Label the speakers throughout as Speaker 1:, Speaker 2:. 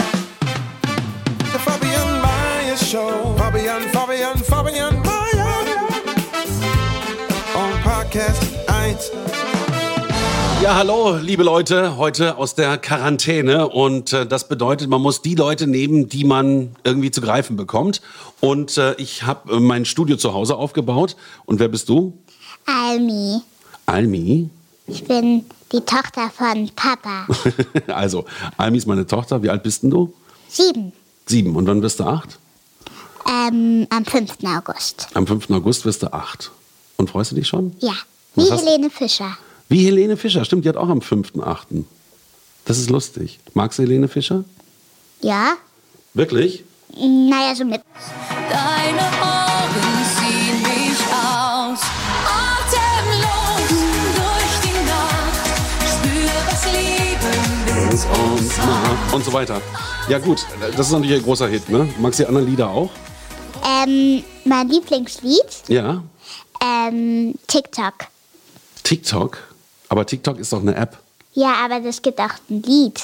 Speaker 1: The Fabian Maya Show. Fabian, Fabian, Fabian Maya. On podcast 1.
Speaker 2: Ja, hallo, liebe Leute, heute aus der Quarantäne und äh, das bedeutet, man muss die Leute nehmen, die man irgendwie zu greifen bekommt. Und äh, ich habe äh, mein Studio zu Hause aufgebaut. Und wer bist du?
Speaker 3: Almi,
Speaker 2: Almi.
Speaker 3: ich bin die Tochter von Papa.
Speaker 2: also, Almi ist meine Tochter. Wie alt bist denn du?
Speaker 3: Sieben.
Speaker 2: Sieben. Und wann wirst du acht?
Speaker 3: Ähm, am 5. August.
Speaker 2: Am 5. August wirst du acht. Und freust du dich schon?
Speaker 3: Ja.
Speaker 2: Was
Speaker 3: Wie
Speaker 2: hast-
Speaker 3: Helene Fischer.
Speaker 2: Wie Helene Fischer. Stimmt, die hat auch am 5.8. Das ist lustig. Magst du Helene Fischer?
Speaker 3: Ja?
Speaker 2: Wirklich?
Speaker 3: Naja, so mit.
Speaker 4: Deine Augen ziehen mich aus, atemlos durch die Nacht. Spür, was Leben mit uns macht.
Speaker 2: Und so weiter. Ja gut, das ist natürlich ein großer Hit, ne? Magst du die anderen Lieder auch?
Speaker 3: Ähm, mein Lieblingslied?
Speaker 2: Ja.
Speaker 3: Ähm, TikTok.
Speaker 2: TikTok. Aber TikTok ist doch eine App.
Speaker 3: Ja, aber es gibt auch ein Lied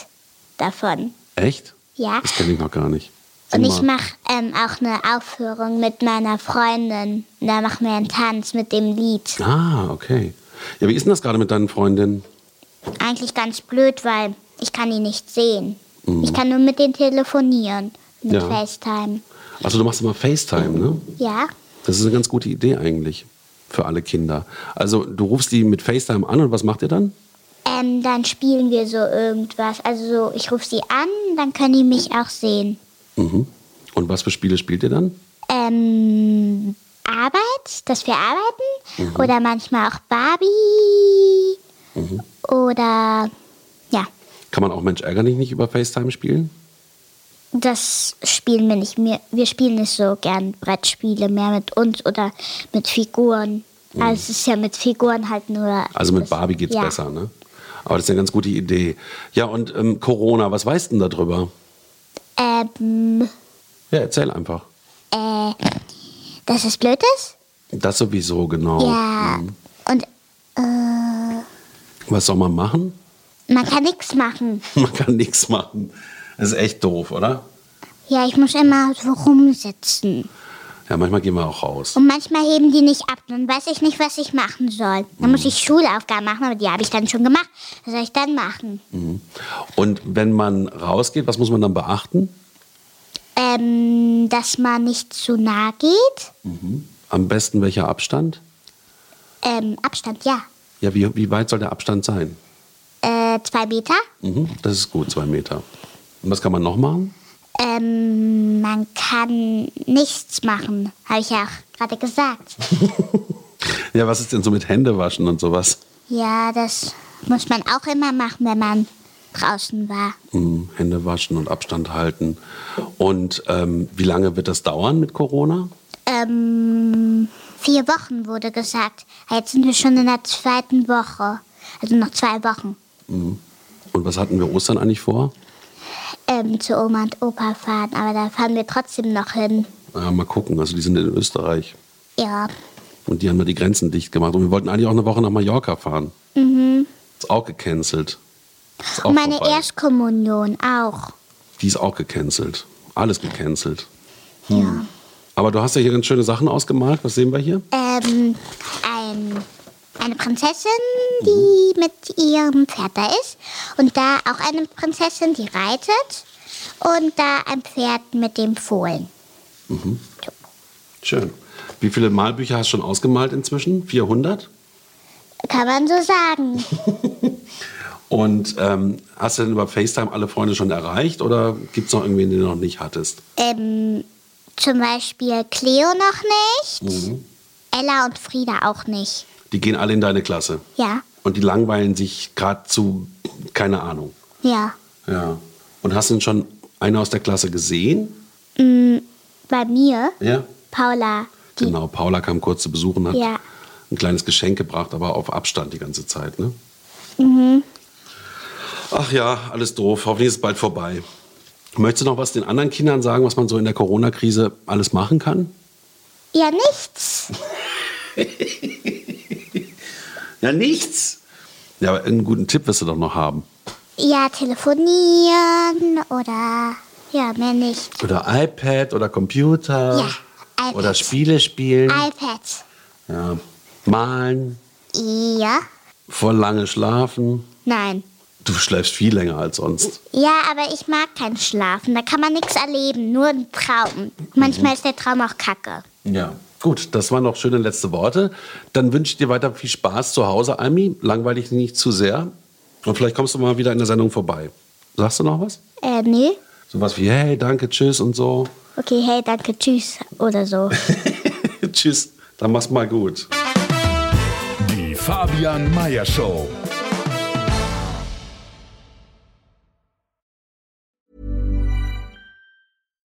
Speaker 3: davon.
Speaker 2: Echt?
Speaker 3: Ja.
Speaker 2: Das kenne ich noch gar nicht. Sing
Speaker 3: Und ich
Speaker 2: mal.
Speaker 3: mache ähm, auch eine Aufführung mit meiner Freundin. Und Da machen wir einen Tanz mit dem Lied.
Speaker 2: Ah, okay. Ja, wie ist denn das gerade mit deinen Freundinnen?
Speaker 3: Eigentlich ganz blöd, weil ich kann die nicht sehen. Ich kann nur mit denen telefonieren. Mit
Speaker 2: Ja.
Speaker 3: FaceTime.
Speaker 2: Also du machst immer FaceTime, ne?
Speaker 3: Ja?
Speaker 2: Das ist eine ganz gute Idee eigentlich für alle Kinder. Also du rufst die mit FaceTime an und was macht ihr dann?
Speaker 3: Ähm, dann spielen wir so irgendwas. Also so, ich rufe sie an, dann können die mich auch sehen.
Speaker 2: Mhm. Und was für Spiele spielt ihr dann?
Speaker 3: Ähm, Arbeit, dass wir arbeiten. Oder manchmal auch Barbie. Oder ja,
Speaker 2: Kann man auch Mensch ärger dich nicht über FaceTime spielen?
Speaker 3: das spielen wir nicht mehr. Wir spielen nicht so gern Brettspiele mehr mit uns oder mit Figuren. Also es ist ja mit Figuren halt nur.
Speaker 2: Mhm. Also mit
Speaker 3: das-
Speaker 2: Barbie geht's
Speaker 3: ja.
Speaker 2: besser, ne? Aber das ist eine ganz gute Idee. Ja, und ähm, Corona, was weißt du denn darüber?
Speaker 3: Ähm,
Speaker 2: Ja, erzähl einfach.
Speaker 3: äh, dass es blöd ist?
Speaker 2: Das sowieso, genau.
Speaker 3: Ja. Und
Speaker 2: Was soll man machen?
Speaker 3: man kann nichts machen.
Speaker 2: Man kann nichts machen. Das ist echt doof, oder?
Speaker 3: Ja, ich muss immer so rumsitzen.
Speaker 2: Ja, manchmal gehen wir auch raus.
Speaker 3: Und manchmal heben die nicht ab. Dann weiß ich nicht, was ich machen soll. Dann
Speaker 2: Mhm.
Speaker 3: muss ich Schulaufgaben machen, aber die habe ich dann schon gemacht. Was soll ich dann machen?
Speaker 2: Mhm. Und wenn man rausgeht, was muss man dann beachten?
Speaker 3: Ähm, dass man nicht zu nah geht.
Speaker 2: Am besten welcher Abstand?
Speaker 3: Ähm, Abstand, ja.
Speaker 2: Ja, wie, wie weit soll der Abstand sein?
Speaker 3: Äh, zwei Meter.
Speaker 2: Mhm, das ist gut, zwei Meter. Und was kann man noch machen?
Speaker 3: Ähm, man kann nichts machen. Habe ich ja auch gerade gesagt.
Speaker 2: Ja, was ist denn so mit Hände waschen und sowas?
Speaker 3: Ja, das muss man auch immer machen, wenn man draußen war.
Speaker 2: Mhm, Hände waschen und Abstand halten. Und ähm, wie lange wird das dauern mit Corona?
Speaker 3: Ähm, vier Wochen wurde gesagt. Ah, Jetzt sind wir schon in der zweiten Woche. Also noch zwei Wochen.
Speaker 2: Und was hatten wir Ostern eigentlich vor?
Speaker 3: Ähm, zu Oma und Opa fahren. Aber da fahren wir trotzdem noch hin.
Speaker 2: Äh, mal gucken, also die sind in Österreich.
Speaker 3: Ja.
Speaker 2: Und die haben da die Grenzen dicht gemacht. Und wir wollten eigentlich auch eine Woche nach Mallorca fahren. Ist auch gecancelt. Ist auch
Speaker 3: Und meine
Speaker 2: vorbei.
Speaker 3: Erstkommunion auch.
Speaker 2: die ist auch gecancelt. Alles gecancelt. Hm. Aber du hast ja hier ganz schöne Sachen ausgemalt. Was sehen wir hier?
Speaker 3: Ähm, ein, eine Prinzessin, die mit ihrem Pferd da ist. Und da auch eine Prinzessin, die reitet. Und da ein Pferd mit dem Fohlen.
Speaker 2: Schön. Wie viele Malbücher hast du schon ausgemalt inzwischen? 400?
Speaker 3: Kann man so sagen.
Speaker 2: Und ähm, hast du denn über FaceTime alle Freunde schon erreicht oder gibt es noch irgendwen, den du noch nicht hattest?
Speaker 3: Ähm, zum Beispiel Cleo noch nicht.
Speaker 2: Mhm.
Speaker 3: Ella und Frieda auch nicht.
Speaker 2: Die gehen alle in deine Klasse
Speaker 3: Ja.
Speaker 2: und die langweilen sich gerade zu, keine Ahnung.
Speaker 3: Ja.
Speaker 2: Ja. Und hast du denn schon eine aus der Klasse gesehen?
Speaker 3: Bei mir,
Speaker 2: Ja.
Speaker 3: Paula, die
Speaker 2: Genau, Paula kam kurz zu Besuch und hat
Speaker 3: Ja.
Speaker 2: ein kleines Geschenk gebracht, aber auf Abstand die ganze Zeit, ne? Mhm. Ach ja, alles doof. Hoffentlich ist es bald vorbei. Möchtest du noch was den anderen Kindern sagen, was man so in der Corona-Krise alles machen kann?
Speaker 3: Ja, nichts.
Speaker 2: Ja, nichts. Ja, aber einen guten Tipp wirst du doch noch haben.
Speaker 3: Ja, telefonieren oder ja, mehr nicht.
Speaker 2: Oder iPad oder Computer.
Speaker 3: Ja, iPad.
Speaker 2: Oder Spiele spielen.
Speaker 3: iPad.
Speaker 2: ja. Malen.
Speaker 3: Ja.
Speaker 2: Voll lange schlafen.
Speaker 3: Nein.
Speaker 2: Du schläfst viel länger als sonst.
Speaker 3: Ja, aber ich mag kein Schlafen. Da kann man nichts erleben, nur einen Traum. Manchmal ist der Traum auch kacke.
Speaker 2: Ja. Gut, das waren noch schöne letzte Worte. Dann wünsche ich dir weiter viel Spaß zu Hause, Ami. Langweilig nicht zu sehr. Und vielleicht kommst du mal wieder in der Sendung vorbei. Sagst du noch was?
Speaker 3: Äh, nee.
Speaker 2: Sowas wie, hey, danke, tschüss und so.
Speaker 3: Okay, hey, danke, tschüss oder so.
Speaker 2: tschüss, dann mach's mal gut.
Speaker 5: Die Fabian Meyer Show.